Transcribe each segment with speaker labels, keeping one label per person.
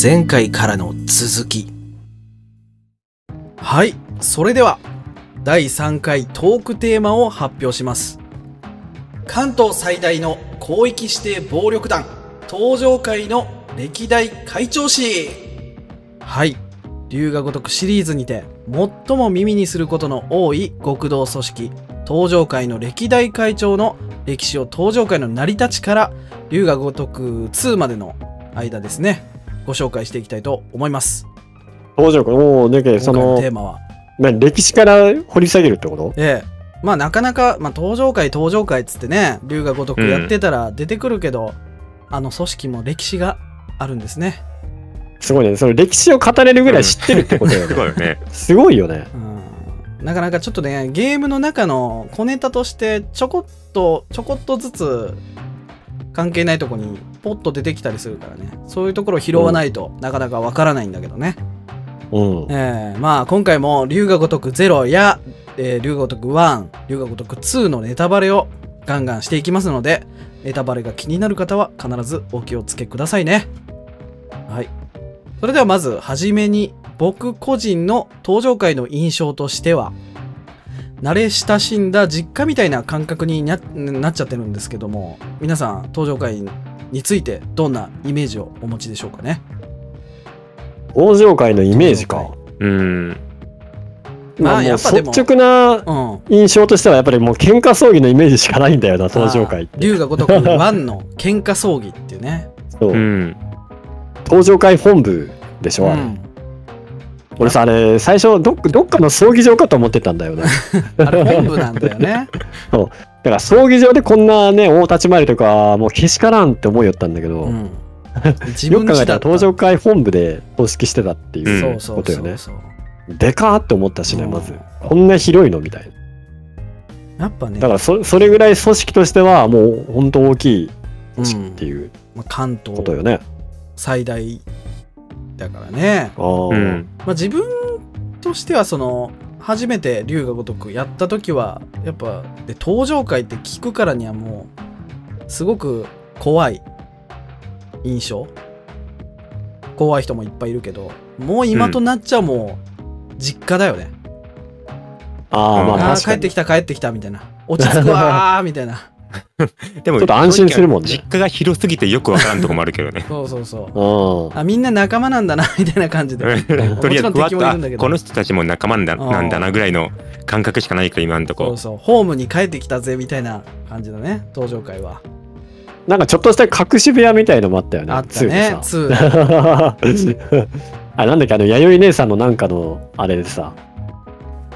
Speaker 1: 前回からの続きはいそれでは第3回トークテーマを発表します関東最大の広域指定暴力団東上会の歴代会長氏はい龍が如くシリーズにて最も耳にすることの多い極道組織東上会の歴代会長の歴史を東上会の成り立ちから龍が如く2までの間ですねご紹介していきたいと思います
Speaker 2: 東条君、もう、だけど
Speaker 1: 今
Speaker 2: そ
Speaker 1: 回の
Speaker 2: の
Speaker 1: テ、ーマは
Speaker 2: 何歴史から掘り下げるってこと
Speaker 1: ええまあなかなか、まあ、登場会登場会っつってね龍が如くやってたら出てくるけど、あの組織も歴史があるんですね、
Speaker 2: すごいね。その歴史を語れるぐらい知ってるってことよ
Speaker 3: す
Speaker 2: ね。
Speaker 3: ごいよね。
Speaker 2: すごいよね。
Speaker 1: うん、なかなかちょっとねゲームの中の小ネタとしてちょこっとちょこっとずつ関係ないとこにポッと出てきたりするからねそういうところを拾わないとなかなかわからないんだけどね、
Speaker 2: うん。
Speaker 1: ええまあ今回も龍が如く0や、えー、龍が如く1龍が如く2のネタバレをガンガンしていきますのでネタバレが気になる方は必ずお気をつけくださいねはいそれではまずはじめに僕個人の登場回の印象としては慣れ親しんだ実家みたいな感覚にななっちゃってるんですけども皆さん登場回についてどんなイメージをお持ちでしょうかね
Speaker 2: 東条会のイメージか。
Speaker 3: うん。
Speaker 1: まあ
Speaker 2: まあ、も
Speaker 1: や
Speaker 2: う
Speaker 1: っぱで
Speaker 2: 率
Speaker 1: も
Speaker 2: 直な
Speaker 1: うん
Speaker 2: 印象としては、やっぱりもう喧嘩騒ぎのイメージしかないんだよな、東条会っ
Speaker 1: あー
Speaker 2: て。
Speaker 1: 龍が如く1の喧嘩葬儀っていうね。
Speaker 2: そうう。
Speaker 3: ん。
Speaker 2: 東条会本部でしょ、あれ
Speaker 1: ん
Speaker 2: 俺さ、あれ、最初どっ、どっかの葬儀場かと思ってたんだよな。
Speaker 1: あれ本部なんだよ ね。
Speaker 2: だから葬儀場でこんなね、大立ち回りとか、もうけしからんって思いよったんだけど、
Speaker 1: うん、自
Speaker 2: よく考え
Speaker 1: 家
Speaker 2: たら
Speaker 1: った
Speaker 2: 東条会本部で公式してたっていう。
Speaker 1: そうそう
Speaker 2: こと
Speaker 1: そ
Speaker 2: よね
Speaker 1: うそう、
Speaker 2: でかーって思ったしね、
Speaker 1: うん
Speaker 2: まず。こんな広いのみたいな。
Speaker 1: やっぱね
Speaker 2: だからそ、それぐらい組織としては、もう本当大きい組織っていう
Speaker 1: まあ、関東
Speaker 2: ことよね。
Speaker 1: 最大だからね、
Speaker 2: あー
Speaker 3: うん。
Speaker 1: まあ、自分としてはその初めて龍が如くやった時はやっぱで登場会って聞くからにはもうすごく怖い印象怖い人もいっぱいいるけどもう今となっちゃもう実家だよね、
Speaker 2: ああ、ま
Speaker 3: うん
Speaker 2: あ
Speaker 1: ああ
Speaker 2: 確か
Speaker 1: 帰っ
Speaker 2: に。
Speaker 1: てきた帰ってきたみたいな落ち着くわーみたい な。
Speaker 3: でも、
Speaker 2: ちょっと安心するもんね
Speaker 3: 実家が広すぎてよくわからんとこもあるけどね
Speaker 1: そうそうそう
Speaker 2: うん
Speaker 1: あみんな仲間なんだ なみたいな感じで
Speaker 3: とりあえず、
Speaker 1: もちろん
Speaker 3: わ
Speaker 1: 敵もいるんだけど
Speaker 3: っと、この人たちも仲間なんだ
Speaker 1: うん
Speaker 3: なんだなぐらいの感覚しかないから、今んと
Speaker 1: そう
Speaker 3: こ。
Speaker 1: そうホームに帰ってきたぜみたいな感じだね登場会は
Speaker 2: なんかちょっとした隠し部屋みたいのもあったよね。
Speaker 1: あったね
Speaker 2: つ
Speaker 1: 2
Speaker 2: ゆでさ あ、なんだっけ、あの、弥生姉さんのなんかの、あれでさ、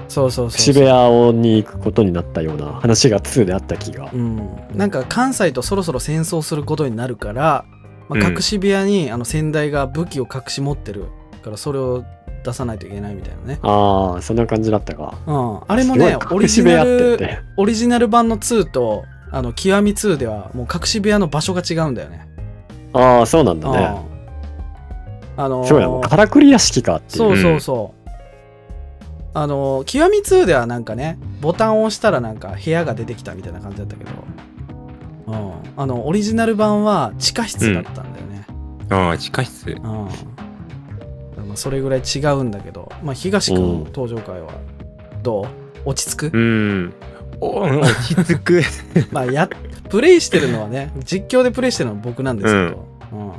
Speaker 1: そうそうそう
Speaker 2: 隠し部屋をに行くことになったような話が2であった気が。
Speaker 1: うん、なんか関西とそろそろ戦争することになるから、まあ、
Speaker 3: うん
Speaker 1: 隠し部屋にあの先代が武器を隠し持ってるからそれを出さないといけないみたいなね、
Speaker 2: ああ、そんな感じだったか。
Speaker 1: うん、あ
Speaker 2: あ
Speaker 1: れもねオリ
Speaker 2: 隠し
Speaker 1: ジ
Speaker 2: 部
Speaker 1: ナ
Speaker 2: 屋ってっ
Speaker 1: ル
Speaker 2: て。
Speaker 1: オリジナル版の2とあの極み2ではもう隠し部屋の場所が違うんだよね。
Speaker 2: ああ、そうなんだね。
Speaker 1: うんあのー
Speaker 2: そうやもうからくり屋敷かっていう。
Speaker 1: そうそうそう。あのー極み2ではなんかねボタンを押したらなんか部屋が出てきたみたいな感じだったけど、うん、あのオリジナル版は地下室だったんだよね。
Speaker 3: ああ、地下室。
Speaker 1: うんまあ、それぐらい違うんだけど、まあ、東
Speaker 2: うん
Speaker 1: 君登場会はどう落ち着
Speaker 3: う
Speaker 1: く、
Speaker 3: ん。お落ち着く。い
Speaker 1: まあ、やプレイしてるのはね実況でプレイしてるのは僕なんですけど、うん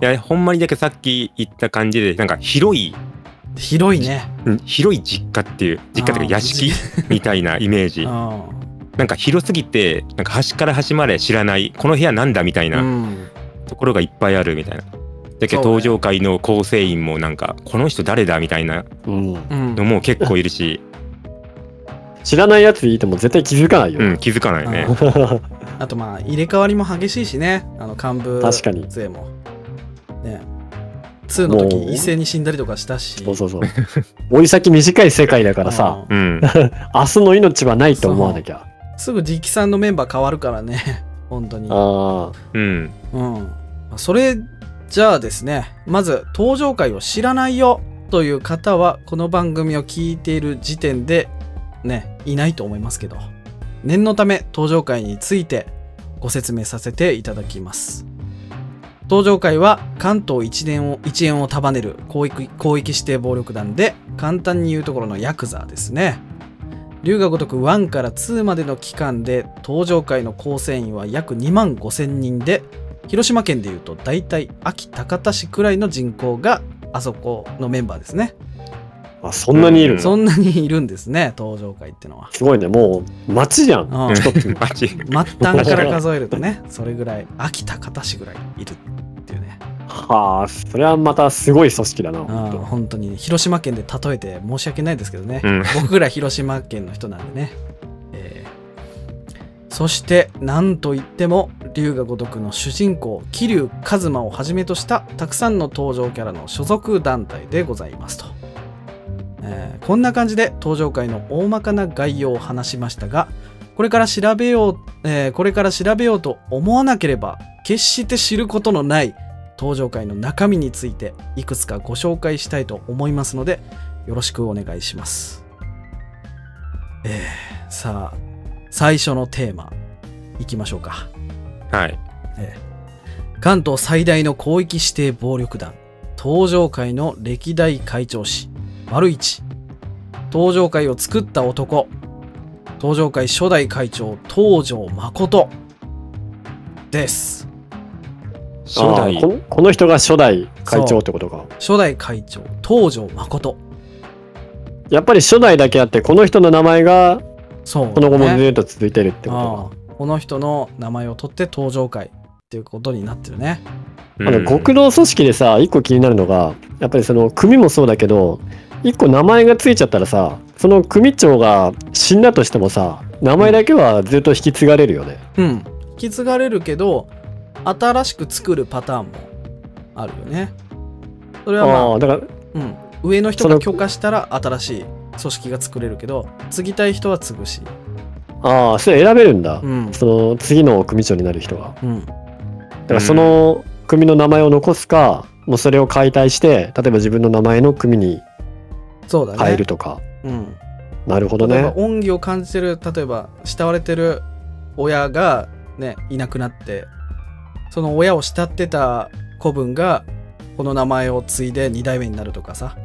Speaker 3: や、ほんまにだけさっき言った感じで、なんか広い、
Speaker 1: 広いね。
Speaker 3: うん広い実家っていう、実家というか屋敷みたいなイメージ
Speaker 1: う。ん
Speaker 3: なんか広すぎて、なんか端から端まで知らない、この部屋なんだみたいな。
Speaker 1: うん
Speaker 3: ところがいっぱいあるみたいな。だけ
Speaker 1: そう
Speaker 3: ど
Speaker 1: ね
Speaker 3: 登場会の構成員もなんかこの人誰だみたいな
Speaker 2: うん。
Speaker 1: うん
Speaker 3: のも結構いるし、
Speaker 2: 知らないやついても絶対気づかないよ。
Speaker 3: うん、気づかないね
Speaker 1: う。ん
Speaker 2: 確
Speaker 1: あとまあ入れ替わりも激しいしねあの幹部
Speaker 2: かに。
Speaker 1: 勢も。ね2の時
Speaker 2: もう
Speaker 1: 一斉に死んだりとかしたし。
Speaker 2: そうそうそう。追い先短い世界だからさ、
Speaker 1: うん
Speaker 3: うん、
Speaker 2: 明日の命はないと思わなきゃ。
Speaker 1: すぐ直さんのメンバー変わるからね 本当に。
Speaker 2: あ
Speaker 3: うん、
Speaker 1: うん、それじゃあですねまず登場回を知らないよという方はこの番組を聞いている時点でねいないと思いますけど念のため登場回についてご説明させていただきます東上会は関東一円を一円を束ねる広域広域指定暴力団で簡単に言うところのヤクザですね龍が如く1から2までの期間で東上会の構成員は約2万5千人で広島県でいうと大体秋高田市くらいの人口があそこのメンバーですね、
Speaker 2: あ、そんなにいる
Speaker 3: うん
Speaker 2: の、
Speaker 1: そんなにいるんですね 東上会ってのは、
Speaker 2: すごいね。もう、街じゃん。
Speaker 1: うん
Speaker 2: 一つの
Speaker 3: マジ
Speaker 1: 末端から数えるとねそれぐらい秋田方市ぐらいいるっていうね
Speaker 2: はあ、それはまたすごい組織だな。
Speaker 1: う
Speaker 2: ほ
Speaker 1: ん
Speaker 2: んと
Speaker 1: 本当に広島県で例えて申し訳ないですけどね、
Speaker 3: うん
Speaker 1: 僕ら広島県の人なんでね、えーそしてなんといっても龍が如くの主人公桐生一馬をはじめとしたたくさんの登場キャラの所属団体でございますと、えーこんな感じで登場会の大まかな概要を話しましたがこれから調べよう、えーこれから調べようと思わなければ決して知ることのない登場会の中身についていくつかご紹介したいと思いますのでよろしくお願いします。えー、さあ最初のテーマいきましょうか。
Speaker 3: はい。
Speaker 1: 関東最大の広域指定暴力団東上会の歴代会長氏丸一東上会を作った男東上会初代会長東上誠です
Speaker 3: 初
Speaker 2: あ
Speaker 3: 代
Speaker 2: ーこのこの人が初代会長ってことか。
Speaker 1: 初代会長東上誠
Speaker 2: やっぱり初代だけあって、この人の名前が
Speaker 1: そう、
Speaker 2: この後も
Speaker 1: ね
Speaker 2: ずっと続いてるってこ
Speaker 1: ああこの人の名前を取って登場会っていうことになってるね
Speaker 2: とか。あ の、極道組織でさ、一個気になるのが、やっぱりその組もそうだけど、一個名前がついちゃったらさ、その組長が死んだとしてもさ、名前だけはずっと引き継がれるよね。
Speaker 1: うん引き継がれるけど新しく作るパターンもあるよねそれはまあ
Speaker 2: ああー、だから、
Speaker 1: うん、上の人
Speaker 2: そ
Speaker 1: が
Speaker 2: の
Speaker 1: 許可したら新しい組織が作れるけど継ぎたい人は継ぐし、
Speaker 2: ああ、それ選べるんだ。
Speaker 1: うん
Speaker 2: その次の組長になる人が。
Speaker 1: うん、
Speaker 2: だからその組の名前を残すか、もうそれを解体して、例えば自分の名前の組に
Speaker 1: そうだね
Speaker 2: 変えるとか。
Speaker 1: うん、
Speaker 2: なるほど
Speaker 1: 例えば
Speaker 2: ね。
Speaker 1: 恩義を感じてる例えば慕われてる親が、ね、いなくなってその親を慕ってた子分がこの名前を継いで2代目になるとかさ、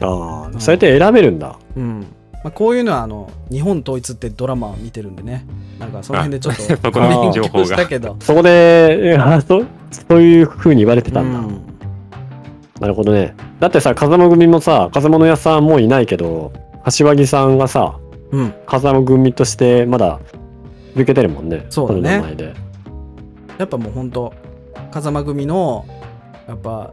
Speaker 2: あ
Speaker 1: うん
Speaker 2: あ、そうやって選べるんだ。
Speaker 1: うんまあ、こういうのはあの日本統一ってドラマを見てるんでねなんかその辺でちょっと
Speaker 3: そこ
Speaker 2: の
Speaker 1: 勉
Speaker 3: 情
Speaker 1: 強
Speaker 3: 報が
Speaker 1: したけど、
Speaker 2: そこで、え あそそういう風に言われて
Speaker 1: う
Speaker 2: たんだ。
Speaker 1: ん、
Speaker 2: なるほどね。だってさ、風間組もさ、風間の屋さんもういないけど、柏木さんがさ、
Speaker 1: うん、
Speaker 2: 風間組としてまだ受けてるもんね。
Speaker 1: そうだね
Speaker 2: この名前で。
Speaker 1: やっぱもうほんと風間組のやっぱ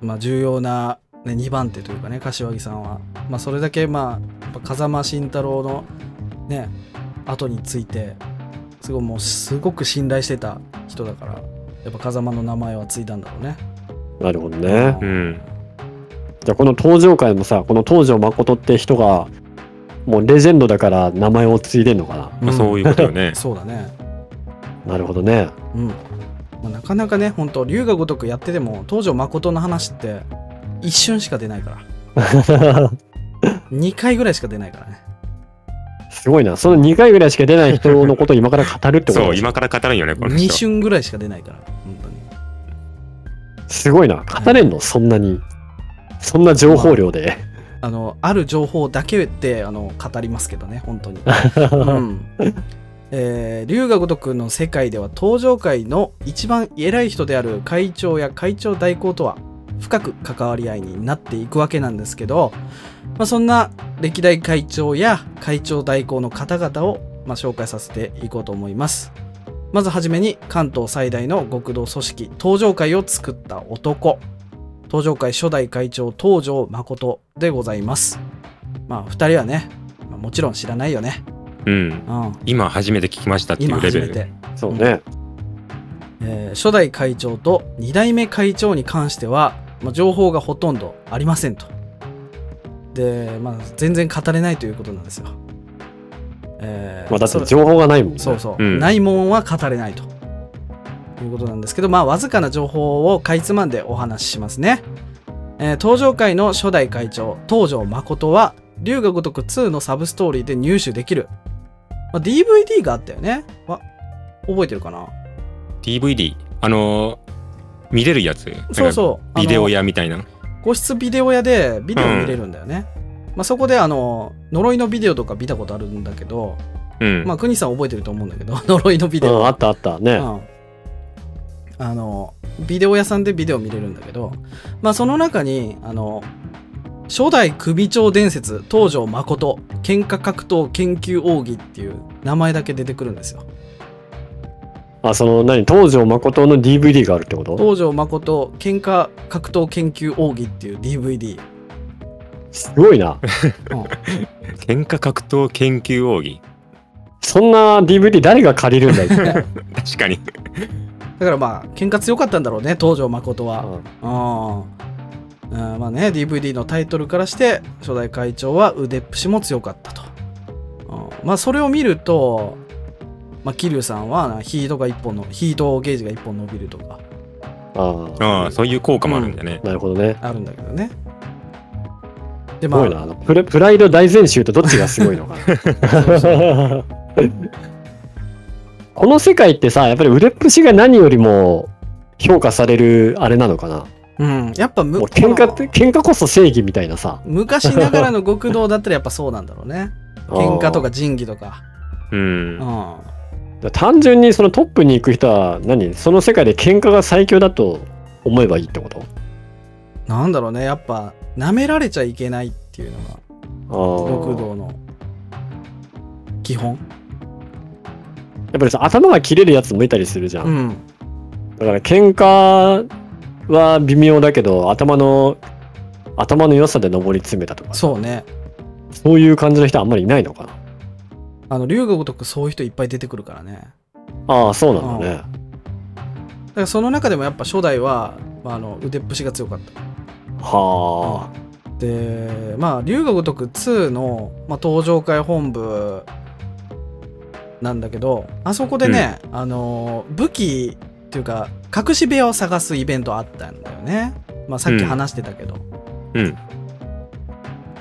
Speaker 1: まあ重要な、ね、2番手というかね柏木さんは、まあ、それだけまあやっぱ風間慎太郎のね後についてすごいもうすごく信頼してた人だからやっぱ風間の名前は継いだんだろうね。
Speaker 2: なるほどね。
Speaker 3: うん。
Speaker 2: じゃあこの東上会もさ、この東上誠って人が、もうレジェンドだから名前を継いでんのかな。
Speaker 3: まあ、そういううことよね
Speaker 1: ん。 そうだね。
Speaker 2: なるほ どね。
Speaker 1: うんまあ、なかなかね本当龍が如くやってても東条誠の話って一瞬しか出ないから2回ぐらいしか出ないからね。
Speaker 2: すごいな。その2回ぐらいしか出ない人のことを今から語るってこと
Speaker 3: そう、今から語るんよね、この
Speaker 1: 2
Speaker 3: 人。
Speaker 1: 瞬ぐらいしか出ないから本当に
Speaker 2: すごいな。語れんのそんなに。そんな情報量で。
Speaker 1: あのある情報だけであの語りますけどね本当に、うんえー龍が如くの世界では登場界の一番偉い人である会長や会長代行とは深く関わり合いになっていくわけなんですけど、まあ、そんな歴代会長や会長代行の方々を、まあ、紹介させていこうと思いますまずはじめに関東最大の極道組織東上会を作った男東上会初代会長東条誠でございますまあ2人はね、まあもちろん知らないよね、
Speaker 3: うん。
Speaker 1: うん、
Speaker 3: 今初めて聞きましたってい
Speaker 1: 今
Speaker 3: うレ
Speaker 1: 初
Speaker 3: ベ
Speaker 1: め
Speaker 3: ル。
Speaker 1: て、
Speaker 2: そうね。
Speaker 1: えー初代会長と2代目会長に関しては、まあ、情報がほとんどありませんとで、まあ、全然語れないということなんですよ、えー
Speaker 2: まあ、だっ
Speaker 1: そ
Speaker 2: て
Speaker 1: れ
Speaker 2: 情報がないもんね。
Speaker 1: そうそう、
Speaker 3: うん
Speaker 1: ないもんは語れないということなんですけど、まあ、わずかな情報をかいつまんでお話ししますね。えー、登場会の初代会長、東条誠は、龍が如く2のサブストーリーで入手できる。まあ、DVD があったよね。あ覚えてるかな
Speaker 3: DVD。あのー見れるやつ
Speaker 1: そうそう
Speaker 3: なんかビデオ
Speaker 1: や
Speaker 3: 屋みたいな
Speaker 1: 個室ビデオ屋でビデオ見れるんだよね、まあ、そこであの呪いのビデオとか見たことあるんだけど、
Speaker 3: うん、
Speaker 1: まあ国さん覚えてると思うんだけど 呪いのビデ
Speaker 2: う
Speaker 1: オ、
Speaker 2: ん、あったあったね、
Speaker 1: うんあのビデオ屋さんでビデオ見れるんだけど、まあ、その中にあの初代首長伝説東条誠喧嘩格闘研究奥義っていう名前だけ出てくるんですよ
Speaker 2: あその何東条誠の DVD があるってこと
Speaker 1: 東条誠喧嘩格闘研究奥義っていう DVD、
Speaker 2: すごいな
Speaker 1: うん
Speaker 3: 喧嘩格闘研究奥義
Speaker 2: そんな DVD 誰が借りるんだいって、
Speaker 3: 確かに
Speaker 1: だからまあ喧嘩強かったんだろうね東条誠
Speaker 2: う
Speaker 1: は
Speaker 2: ん
Speaker 1: うんうんまあね DVD のタイトルからして初代会長は腕っぷしも強かったと、うんまあそれを見ると、まあ、桐生さんはヒートが一本のヒートゲージが1本伸びるとか
Speaker 2: ああ
Speaker 3: ああそういう効果もあるんだね、
Speaker 2: なるほどね
Speaker 1: あるんだけどねですま
Speaker 2: ごいなあのプレプライド大全集とどっちがすごいのか
Speaker 1: あ そうそう
Speaker 2: なこの世界ってさやっぱり腕っぷしが何よりも評価されるあれなのかな
Speaker 1: うんやっぱむ
Speaker 2: もう喧嘩って喧嘩こそ正義みたいなさ
Speaker 1: 昔ながらの極道だったらやっぱそうなんだろうね 喧嘩とか仁義とか
Speaker 3: うん
Speaker 1: うん
Speaker 2: ああ単純にそのトップに行く人は何その世界で喧嘩が最強だと思えばいいってこと
Speaker 1: なんだろうねやっぱ舐められちゃいけないっていうのが極
Speaker 2: ああ
Speaker 1: 道の基本
Speaker 2: やっぱりさ頭が切れるやつもいたりするじゃん、
Speaker 1: うん
Speaker 2: だから喧嘩は微妙だけど頭の頭の良さで上り詰めたとか
Speaker 1: そうね
Speaker 2: そういう感じの人はあんまりいないのかな
Speaker 1: あの龍が如くそういう人いっぱい出てくるからね
Speaker 2: ああそうなんだね、
Speaker 1: だからその中でもやっぱ初代は、まあ、あの腕っぷしが強かった
Speaker 2: はあ、
Speaker 1: でまあ龍が如く2の、まあ、登場会本部なんだけどあそこでね、あの武器っていうか隠し部屋を探すイベントあったんだよね、まあ、さっき話してたけど、
Speaker 3: うん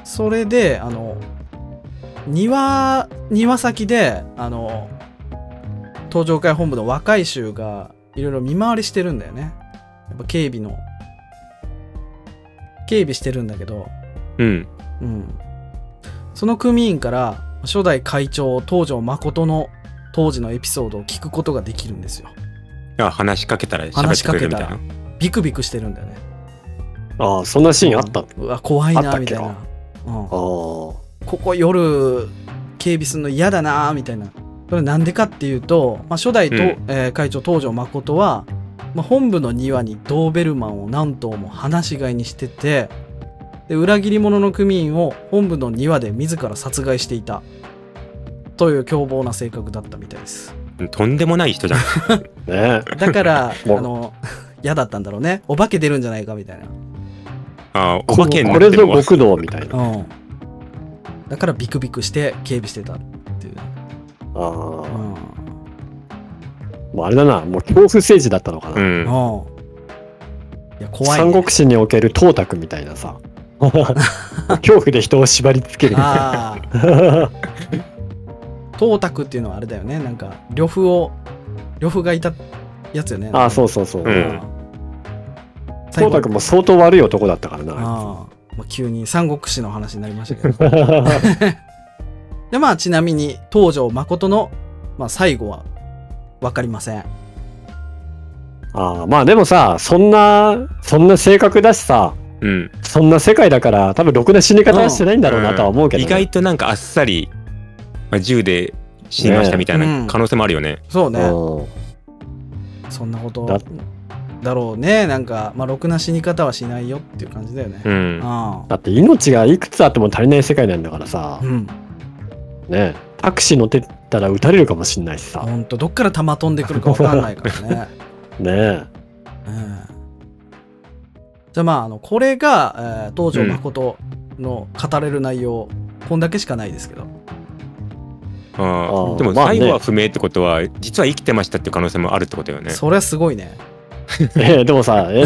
Speaker 1: それであの庭庭先であの東上会本部の若い衆がいろいろ見回りしてるんだよねやっぱ警備の警備してるんだけど、
Speaker 3: うん
Speaker 1: うん、その組員から初代会長東条誠の当時のエピソードを聞くことができるんですよ
Speaker 3: あ話しかけたら喋ってくれるみたい
Speaker 1: 話
Speaker 3: な
Speaker 1: ビクビクしてるんだよね
Speaker 2: ああそんなシーンあったあ
Speaker 1: うわ怖い
Speaker 2: あった
Speaker 1: な
Speaker 2: っ
Speaker 1: み
Speaker 2: け
Speaker 1: たい
Speaker 2: な
Speaker 1: な、うん、
Speaker 2: あ
Speaker 1: ここ夜警備するの嫌だなみたいなそれなんでかっていうと、まあ、初代と、
Speaker 3: うん
Speaker 1: えー会長東条誠は、まあ、本部の庭にドーベルマンを何頭も放し飼いにしててで裏切り者の組員を本部の庭で自ら殺害していたという凶暴な性格だったみたいです
Speaker 3: とんでもない人じゃん
Speaker 2: ねえ
Speaker 1: だから あ
Speaker 2: もう
Speaker 1: の嫌だったんだろうねお化け出るんじゃないかみたいな
Speaker 3: あお化けにな
Speaker 2: こ
Speaker 3: って
Speaker 2: れ
Speaker 3: る
Speaker 2: ぞ
Speaker 3: わ
Speaker 2: 極道みたいな
Speaker 1: うんだからビクビクして警備してたっていう、
Speaker 2: ああも
Speaker 1: う
Speaker 2: うんあれだなもう恐怖政治だったのかな、
Speaker 3: うん
Speaker 1: うん。いや、怖い、ね。
Speaker 2: 三国志における董卓みたい なさ恐怖で人を縛りつけるみたいな
Speaker 1: ああ、董卓っていうのはあれだよね。なんか、呂布を、呂布がいたやつよね。
Speaker 2: ああそうそうそう、
Speaker 3: うん
Speaker 1: 最
Speaker 2: 董
Speaker 1: 後
Speaker 2: 卓も相当悪い男だったからなあ
Speaker 1: ああ、まあ、急に三国志の話になりましたけど。
Speaker 2: いつ
Speaker 1: で、まあ、ちなみに、東条誠の、まあ、最後は、わかりません。
Speaker 2: ああまあでもさそんなそんな性格だしさ
Speaker 3: うん
Speaker 2: そんな世界だから多分ろくな死に方はしてないんだろうなとは思うけど、
Speaker 3: 意外となんかあっさり、まあ、銃で死にましたみたい
Speaker 1: ねえうん
Speaker 3: な可能性もあるよね。
Speaker 1: そうね。
Speaker 2: うん
Speaker 1: そんなこと
Speaker 2: だ
Speaker 1: だろうね。なんか、まあ、ろくな死に方はしないよっていう感じだよね。
Speaker 3: う。
Speaker 1: うんん。
Speaker 2: だって命がいくつあっても足りない世界なんだからさ
Speaker 1: う、ん。
Speaker 2: ね、タクシー乗ってったら撃たれるかもしんないしさ、
Speaker 1: ほんと、どっから弾飛んでくるかわかんないから ね。う
Speaker 2: ね
Speaker 1: んじゃあまああのこれが、えー東条誠の語れる内容、こんだけしかないですけど
Speaker 3: あ
Speaker 2: あ
Speaker 3: あでも
Speaker 2: まあね
Speaker 3: 最後は不明ってことは、実は生きてましたっていう可能性もあるってことよね。
Speaker 1: それはすごいね
Speaker 2: え でもさえ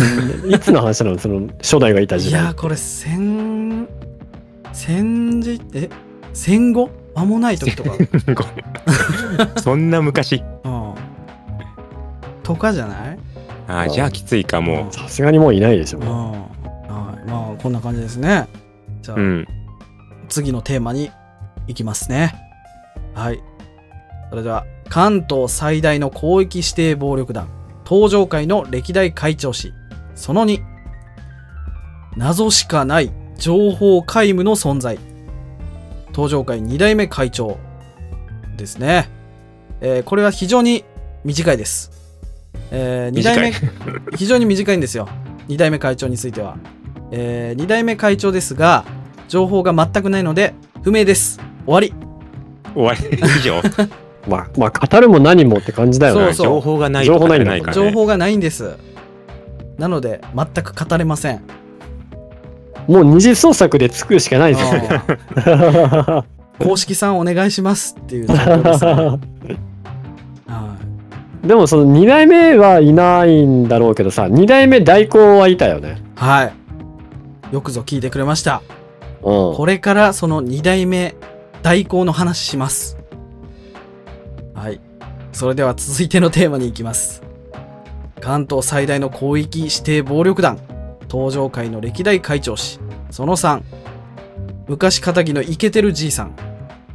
Speaker 2: いつの話なのその初代がいた
Speaker 1: い
Speaker 2: 時
Speaker 1: やー
Speaker 2: 代
Speaker 1: これ戦戦時え戦後間もない 時とか、
Speaker 3: そんな昔。
Speaker 1: うん、とかじゃない
Speaker 3: ああ、じゃあきついかも。
Speaker 2: さすがにもういないでしょ
Speaker 1: うんはい、まあこんな感じですねじゃあ、
Speaker 3: うん。
Speaker 1: 次のテーマに行きますねはいそれでは関東最大の広域指定暴力団東上会の歴代会長氏その2謎しかない情報皆無の存在東上会2代目会長ですね、えーこれは非常に短いです、え2代
Speaker 3: 短
Speaker 1: 目
Speaker 3: い。
Speaker 1: 非常に短いんですよ2代目会長については、え2代目会長ですが情報が全くないので不明です終わり
Speaker 3: 終わり以 上。
Speaker 2: まあまあ語るも何もって感じだよ
Speaker 1: そう
Speaker 2: ね
Speaker 1: そう
Speaker 3: 情報がない
Speaker 2: 情報ないんだ
Speaker 3: ないから
Speaker 1: 情
Speaker 3: ね。
Speaker 1: 報がないんですなので全く語れません
Speaker 2: もう二次創作で作るしかないですよね
Speaker 1: あー公式さんお願いしますっていう状況ですね、 は
Speaker 2: でもその2代目はいないんだろうけどさ2代目代行はいたよね
Speaker 1: い、はい、よくぞ聞いてくれました
Speaker 2: うん
Speaker 1: これからその2代目代行の話しますはいそれでは続いてのテーマに行きます関東最大の広域指定暴力団東上会の歴代会長氏その3昔仇のイケてるじいさん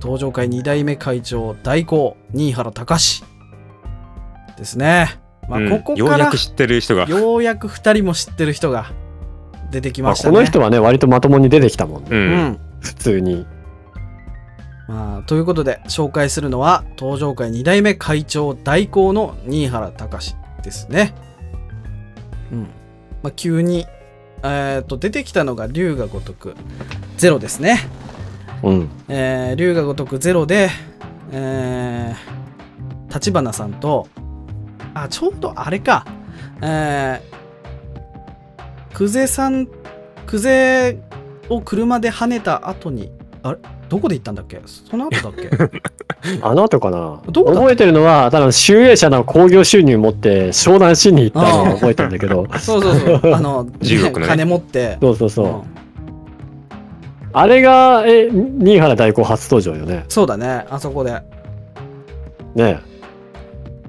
Speaker 1: 東上会2代目会長代行新原隆史ですねまあ
Speaker 3: うん
Speaker 1: ここ
Speaker 3: よ
Speaker 1: か
Speaker 3: うや
Speaker 1: ら
Speaker 3: く知ってる人が。
Speaker 1: ようやく2人も知ってる人が出てき
Speaker 2: ま
Speaker 1: ま
Speaker 2: あ
Speaker 1: した
Speaker 2: こ
Speaker 1: ね、
Speaker 2: の人はね割とまともに出てきたもんね
Speaker 3: う。
Speaker 1: うんん
Speaker 2: 普通に
Speaker 1: まあ、ということで紹介するのは東上会2代目会長代行の新原隆ですね。うんまあ、急に、えー、と出てきたのが龍が如くゼロですね。
Speaker 2: うん
Speaker 1: えー、龍が如くゼロで、えー、立花さんとあちょうどあれか、えー、久世さん久世を車で跳ねた後にあれどこで行ったんだっけその後だっけ
Speaker 2: あの後かな
Speaker 1: どこだ
Speaker 2: 覚えてるのはただ集英社の興行収入持って商談しに行ったのを覚えてるんだけど
Speaker 1: そうそう そう。あの、
Speaker 3: 10億のね
Speaker 1: 金持って。
Speaker 2: そうそうそう、
Speaker 1: ん
Speaker 2: あれがえ新原代行初登場よね
Speaker 1: そうだね、あそこで。
Speaker 2: ね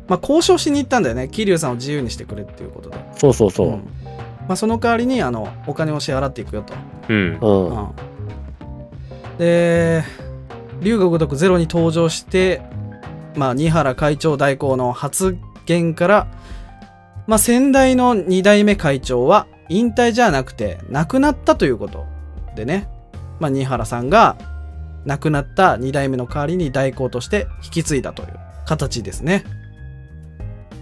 Speaker 1: まあ、交渉しに行ったんだよね。桐生さんを自由にしてくれっていうことで。
Speaker 2: そうそうそう、
Speaker 1: んまあ、その代わりに、あの、お金を支払っていくよと。
Speaker 3: うん。
Speaker 2: うん
Speaker 1: うんで、龍が如くゼロに登場して、まあ、新原会長代行の発言から、まあ、先代の2代目会長は引退じゃなくて亡くなったということでね、まあ、新原さんが亡くなった2代目の代わりに代行として引き継いだという形ですね。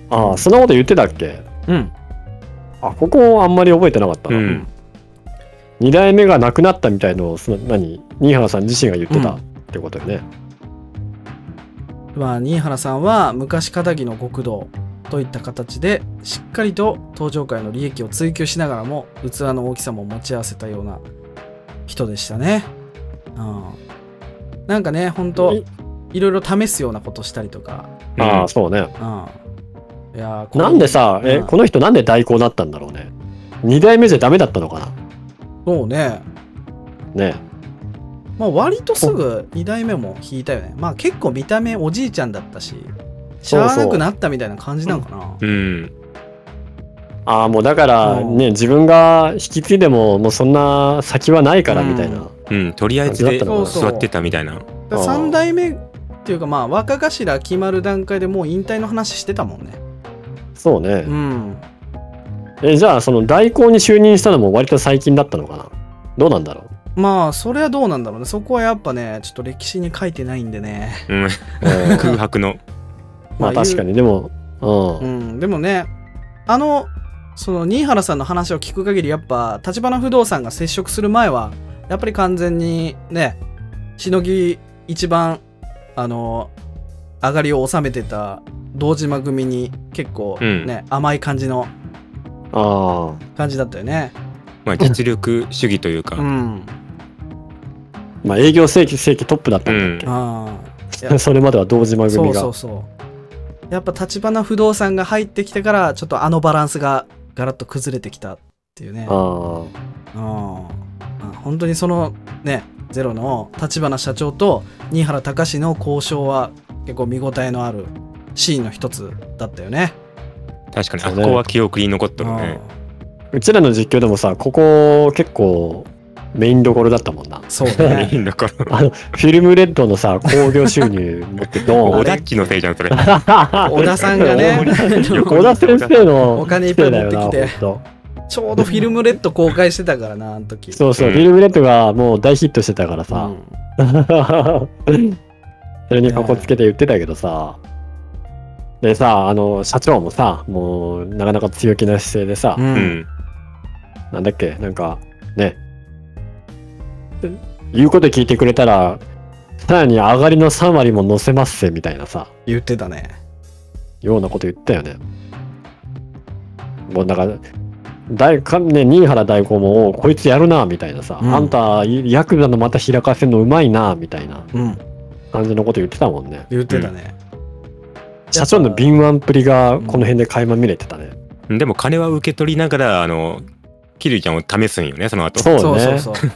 Speaker 2: ああそんなこと言ってたっけ
Speaker 1: うん。
Speaker 2: あここあんまり覚えてなかった
Speaker 3: う
Speaker 2: な、
Speaker 3: ん。
Speaker 2: 2代目が亡くなったみたいのをその何新原さん自身が言ってたってことよね、
Speaker 1: まあ、新原さんは昔仇の極道といった形でしっかりと東上界の利益を追求しながらも器の大きさも持ち合わせたような人でしたね。うん、なんかね本当
Speaker 2: い
Speaker 1: いろいろ試すようなことしたりとか。
Speaker 2: あ
Speaker 3: う
Speaker 2: あそうね
Speaker 1: うん、いやーこれ
Speaker 2: なんでさ、え
Speaker 1: うん
Speaker 2: この人なんで代行になったんだろうね2代目じゃダメだったのか
Speaker 1: そうね、
Speaker 2: なね
Speaker 1: まあ、割とすぐ2代目も引いたよね。まあ結構見た目おじいちゃんだったしし
Speaker 2: そうそう
Speaker 1: ゃあなくなったみたいな感じなのかな。
Speaker 3: ん。うん。
Speaker 2: ああもうだから
Speaker 1: うん
Speaker 2: ね、自分が引き継いでももうそんな先はないからみたいな、
Speaker 1: うん
Speaker 3: うん。とりあえず
Speaker 2: だっ
Speaker 3: で
Speaker 2: たの
Speaker 1: かな
Speaker 3: 座ってたみたいな。
Speaker 1: だから三代目っていうかまあ若頭決まる段階でもう引退の話してたもんね
Speaker 2: そうね
Speaker 1: う、ん
Speaker 2: えじゃあその代行に就任したのも割と最近だったのかなどうなんだろ
Speaker 1: まあそれはどうなんだろうねそこはやっぱねちょっと歴史に書いてないんでね
Speaker 3: うん。
Speaker 2: う、うん
Speaker 3: 空白の。
Speaker 2: まあ確かにでもう、
Speaker 1: うんんでもねあのその新原さんの話を聞く限りやっぱ立花不動産が接触する前はやっぱり完全にねしのぎ一番あの上がりを収めてた堂島組に結構ね、甘い感じの
Speaker 2: ああ
Speaker 1: 感じだったよね
Speaker 3: まあ実力主義というか。
Speaker 1: うん
Speaker 2: まあ営業正規正規トップだった
Speaker 3: うん
Speaker 2: だ、
Speaker 3: ん。
Speaker 1: ああ
Speaker 2: けど それまでは堂島
Speaker 1: そ
Speaker 2: 組
Speaker 1: う
Speaker 2: が
Speaker 1: そうそうやっぱ立花不動産が入ってきてからちょっとあのバランスがガラッと崩れてきたっていうねうん
Speaker 2: あ
Speaker 1: まあ本当にそのねゼロの立花社長と新原隆の交渉は結構見応えのあるシーンの一つだったよね
Speaker 3: 確かに、
Speaker 2: そう
Speaker 3: あ
Speaker 2: ね
Speaker 3: ここは記憶に残っとるね。
Speaker 2: うちらの実況でもさ、ここ結構メインどころだったもんな
Speaker 1: う。んそう
Speaker 3: メ イ
Speaker 1: ね。
Speaker 3: ンだから、
Speaker 2: あの、フィルムレッドのさ、興行収入持って ドー
Speaker 3: 小
Speaker 2: ン。
Speaker 3: 田っちのせいじゃん、それ。
Speaker 1: 小田さんが ね、
Speaker 2: 小田先生の
Speaker 1: お金いっぱい持ってきて
Speaker 2: せだよなほんと
Speaker 1: ちょうどフィルムレッド公開してたからな、あの時。
Speaker 2: そうそう、
Speaker 3: うん
Speaker 2: フィルムレッドがもう大ヒットしてたから
Speaker 1: う
Speaker 2: さ、
Speaker 1: ん
Speaker 2: それにここつけて言ってたけどさ、でさ、あの、社長もさ、もう、なかなか強気な姿勢でさ、
Speaker 1: うん
Speaker 3: うん。
Speaker 2: なんだっけ、なんか、ね、言うこと聞いてくれたら、さらに上がりの3割も乗せますせ、みたいなさ、
Speaker 1: 言ってたね。
Speaker 2: ようなこと言ったよね。もうなんか、大かね、新原大吾も、おこいつやるな、みたいなさ、
Speaker 1: うん
Speaker 2: あんた、ヤクザのまた開かせんのうまいな、みたいな
Speaker 1: うん。
Speaker 2: 感じのこと言ってたもんね。
Speaker 1: 言ってたね。
Speaker 2: 社長の敏腕っぷりが、この辺で垣間見れてたね。
Speaker 3: でも金は受け取りながら、あの、キリちゃんを試すんよね、その後。
Speaker 2: そう
Speaker 1: そう
Speaker 2: ね。
Speaker 1: そうそう。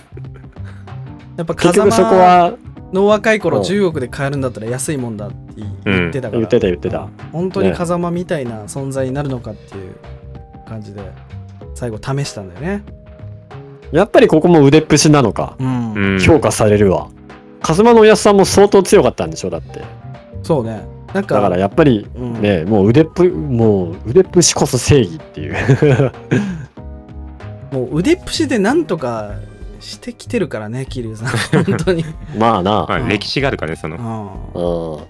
Speaker 1: やっぱ
Speaker 2: 結
Speaker 1: 風
Speaker 2: 局そこ
Speaker 1: 間
Speaker 2: は、
Speaker 1: の若い頃
Speaker 2: うん
Speaker 1: 10億で買えるんだったら安いもんだって言ってたから、
Speaker 2: うん言ってた言ってた
Speaker 1: 本当に
Speaker 2: ね
Speaker 1: 風間みたいな存在になるのかっていう感じで最後試したんだよね
Speaker 2: やっぱりここも腕っぷしなのか。
Speaker 1: うん、
Speaker 3: うん。
Speaker 2: 評価されるわ。カズマのおやすさんも相当強かったんでしょだって。
Speaker 1: そうねなんか
Speaker 2: だからやっぱり
Speaker 1: うん
Speaker 2: ね、もう腕っぷ、もう腕っぷしこそ正義っていう。
Speaker 1: もう腕っぷしでなんとかしてきてるからね桐生さ ん本当に、
Speaker 2: まあな。
Speaker 3: まあ歴史があるからね、その
Speaker 1: う。ん
Speaker 2: うん。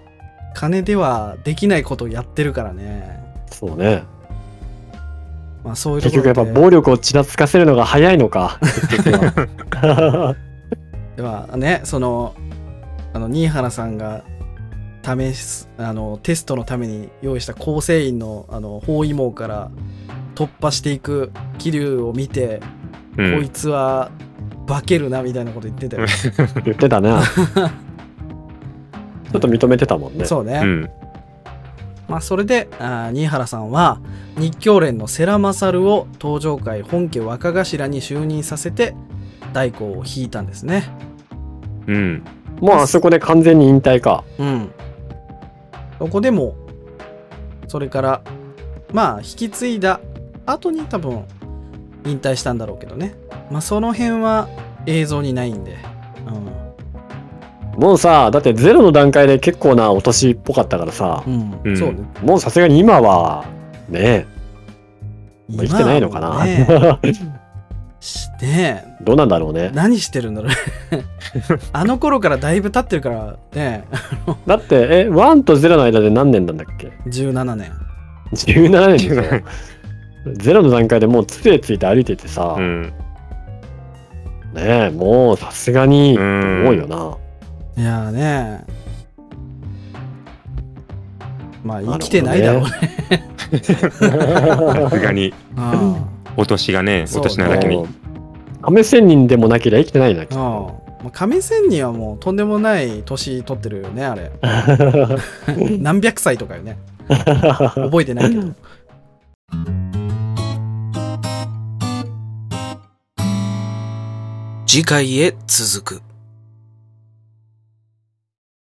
Speaker 1: 金ではできないことをやってるからね
Speaker 2: そうね。
Speaker 1: まあそういうと
Speaker 2: 結
Speaker 1: ころ
Speaker 2: 局
Speaker 1: で
Speaker 2: やっぱ暴力をちらつかせるのが早いのか。結局は
Speaker 1: ではねそのあの新原さんが試すあのテストのために用意した構成員のあの包囲網から突破していく桐生を見て、
Speaker 3: う
Speaker 1: こい
Speaker 3: ん。
Speaker 1: つは化けるなみたいなこと言ってたよ、ね、
Speaker 2: 言ってたね。 ちょっと認めてたもん ね。
Speaker 1: そうね、
Speaker 3: うん。
Speaker 1: まあ、それであー新原さんは日教連の世良勝を東上会本家若頭に就任させて代行を引いたんですね
Speaker 3: うん。
Speaker 2: もうあそこで完全に引退か。
Speaker 1: うん。そこでも、それから、まあ、引き継いだ後に多分、引退したんだろうけどね。まあ、その辺は映像にないんで。
Speaker 2: もうさ、だってゼロの段階で結構な落としっぽかったからさ
Speaker 1: う、ん。う。
Speaker 3: うんん
Speaker 1: そうね。
Speaker 2: もうさすがに今は、ねえ、もう生きてないのか
Speaker 1: 今は
Speaker 2: な。
Speaker 1: ねしねえ
Speaker 2: どうなんだろうね。
Speaker 1: 何してるんだ ろうね。あの頃からだいぶ経ってるから、ね
Speaker 2: だって、え、1と0の間で何年なんだっけ
Speaker 1: え、17年。
Speaker 2: ?17 年でしょ ?0 の段階でもう杖ついて歩いててさ、
Speaker 3: うん。
Speaker 2: ねえ、もうさすがに、思うよな。
Speaker 1: いやーねまあ、
Speaker 2: なるほどね
Speaker 1: 生きてないだろうね。
Speaker 3: さすがに、
Speaker 1: うん
Speaker 3: 落としがね、
Speaker 1: そう
Speaker 3: 落としなだけに。
Speaker 2: 亀仙人でもなけりゃ生きてないな、きっ
Speaker 1: うん
Speaker 2: と。
Speaker 1: まあ、亀仙人はもうとんでもない年取ってるよね あれ何百歳とかよね覚えてないけど次回へ続く